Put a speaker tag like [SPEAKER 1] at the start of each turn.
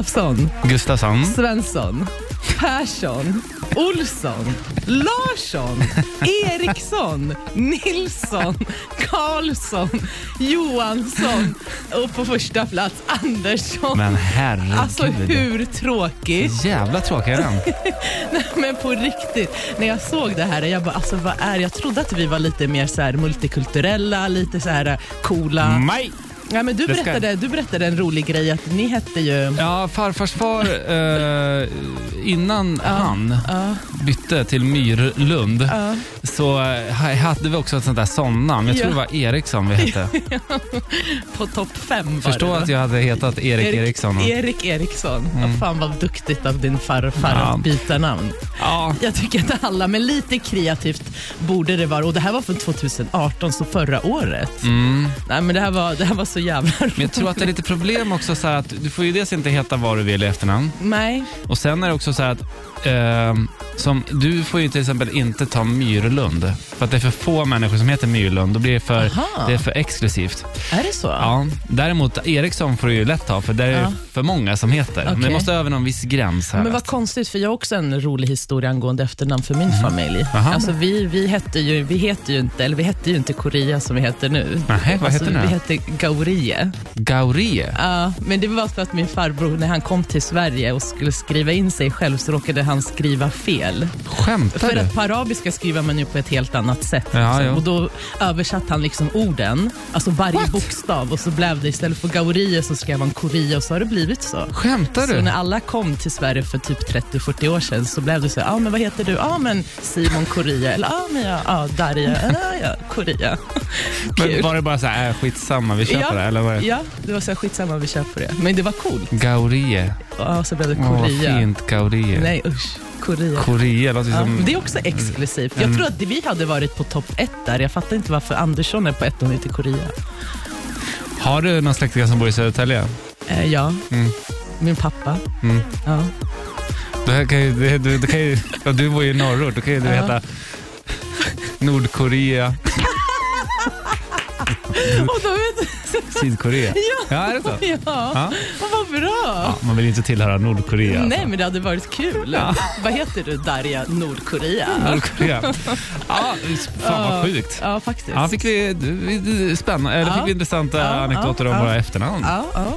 [SPEAKER 1] Gustafsson,
[SPEAKER 2] Gustafsson.
[SPEAKER 1] Svensson, Persson, Olsson, Larsson, Eriksson, Nilsson, Karlsson, Johansson och på första plats Andersson.
[SPEAKER 2] Men herregud.
[SPEAKER 1] Alltså hur tråkigt?
[SPEAKER 2] Jävla tråkig är den.
[SPEAKER 1] Men på riktigt, när jag såg det här, jag bara, alltså vad är Jag trodde att vi var lite mer så här multikulturella, lite så här eh, coola.
[SPEAKER 2] Nej.
[SPEAKER 1] Ja, men du,
[SPEAKER 2] Mm. Det ska-
[SPEAKER 1] berättade, du berättade en rolig grej, att ni hette ju...
[SPEAKER 2] Ja, farfars far, eh, innan han
[SPEAKER 1] Ja,
[SPEAKER 2] bytte till Myrlund
[SPEAKER 1] ja.
[SPEAKER 2] så eh, hade vi också ett sånt där somnamn. Jag tror
[SPEAKER 1] Ja.
[SPEAKER 2] det var Eriksson vi hette.
[SPEAKER 1] På topp fem var
[SPEAKER 2] Förstå
[SPEAKER 1] det.
[SPEAKER 2] att jag hade hetat Erik, Eriksson. Mm.
[SPEAKER 1] Erik E- Eriksson. Ja, fan vad duktigt av din farfar
[SPEAKER 2] Ja.
[SPEAKER 1] att byta namn.
[SPEAKER 2] Ja,
[SPEAKER 1] Jag tycker att alla, men lite kreativt borde det vara. Och det här var från 2018, så förra året. Nej, men det här var, det här var så jävla roligt.
[SPEAKER 2] Mm. men jag tror att det är lite problem också så här att du får ju dels inte heta vad du vill i efternamn
[SPEAKER 1] Nej,
[SPEAKER 2] och sen är det också så här att ehm, som, du får ju till exempel inte ta Myrlund för att det är för få människor som heter Myrlund. Då blir det för,
[SPEAKER 1] Aha.
[SPEAKER 2] det är för exklusivt.
[SPEAKER 1] är det så?
[SPEAKER 2] Ja, däremot Eriksson får du ju lätt ta för det är
[SPEAKER 1] Ja.
[SPEAKER 2] för många som heter. Men det
[SPEAKER 1] Okej.
[SPEAKER 2] måste över någon viss gräns här.
[SPEAKER 1] Men vad konstigt, för jag har också en rolig historia angående efternamn för min familj.
[SPEAKER 2] Mm. Aha.
[SPEAKER 1] Alltså vi, vi, hette ju, vi heter ju inte, eller vi hette ju inte Korea som vi heter nu.
[SPEAKER 2] Nähä, vad
[SPEAKER 1] alltså,
[SPEAKER 2] heter ni
[SPEAKER 1] Vi
[SPEAKER 2] då?
[SPEAKER 1] hette Gaurie.
[SPEAKER 2] Gaurie?
[SPEAKER 1] Ja, men det var för att min farbror, när han kom till Sverige och skulle skriva in sig själv, så råkade han skriva fel.
[SPEAKER 2] Skämtar
[SPEAKER 1] För
[SPEAKER 2] du?
[SPEAKER 1] att på arabiska skriver man ju på ett helt annat sätt.
[SPEAKER 2] Ja,
[SPEAKER 1] liksom.
[SPEAKER 2] ja.
[SPEAKER 1] Och då översatte han liksom orden, alltså varje
[SPEAKER 2] What?
[SPEAKER 1] bokstav, och så blev det istället för Gaurie så skrev han Korea, och så har det blivit så.
[SPEAKER 2] Skämtar
[SPEAKER 1] Så när
[SPEAKER 2] du?
[SPEAKER 1] alla kom till Sverige för typ 30-40 år sedan så blev det så ja ah, men vad heter du? Ja ah, men Simon Korea, eller ja ah, men jag, ah, Darja, ah, ja, Korea.
[SPEAKER 2] Men var det bara så här, äh, skitsamma, vi köper
[SPEAKER 1] Ja.
[SPEAKER 2] det? Eller var det?
[SPEAKER 1] Ja, det var så här, skitsamma vi köper det. Men det var coolt.
[SPEAKER 2] Gaurie.
[SPEAKER 1] Ja, så blev det
[SPEAKER 2] Åh, vad
[SPEAKER 1] Korea.
[SPEAKER 2] fint. Gaurie.
[SPEAKER 1] Nej usch, Korea.
[SPEAKER 2] Korea låter ju
[SPEAKER 1] Ja,
[SPEAKER 2] som... Mm.
[SPEAKER 1] det är också exklusivt. Jag tror att vi hade varit på topp ett där. Jag fattar inte varför Andersson är på ett och inte Korea.
[SPEAKER 2] Har du någon släkting som bor i Södertälje?
[SPEAKER 1] Eh, ja,
[SPEAKER 2] Mm.
[SPEAKER 1] min pappa.
[SPEAKER 2] Mm.
[SPEAKER 1] Ja.
[SPEAKER 2] Du, här kan ju, du, du, du, kan ju, ja, du bor ju i norrort, då kan ju du
[SPEAKER 1] Ja.
[SPEAKER 2] heta Nordkorea,
[SPEAKER 1] Och då vet
[SPEAKER 2] Sydkorea.
[SPEAKER 1] Ja.
[SPEAKER 2] Mm. Ja, är det så?
[SPEAKER 1] ja.
[SPEAKER 2] Ja.
[SPEAKER 1] Och vad bra.
[SPEAKER 2] Ja, man vill ju inte tillhöra Nordkorea. alltså.
[SPEAKER 1] Nej, men det hade varit kul. Vad heter du, Darja Nordkorea?
[SPEAKER 2] Nordkorea. Ja, fan vad sjukt.
[SPEAKER 1] Ja, faktiskt.
[SPEAKER 2] Ja, fick vi, du- vi- du- spännande, eller
[SPEAKER 1] Ja.
[SPEAKER 2] fick vi intressanta
[SPEAKER 1] Ja,
[SPEAKER 2] anekdoter om
[SPEAKER 1] ja,
[SPEAKER 2] våra
[SPEAKER 1] ja.
[SPEAKER 2] efternamn.
[SPEAKER 1] Ja, ja.